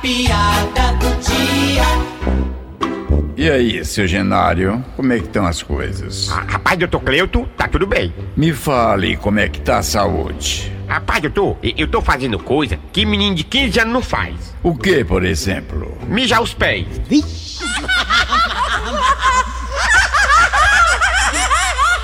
piada do dia. E aí, seu Genário, como é que estão as coisas? Ah, Rapaz, doutor Cleuto, tá tudo bem. Me fale como é que tá a saúde. Rapaz, doutor, e- eu tô fazendo coisa que menino de 15 anos não faz. O que, por exemplo? Mijar os pés.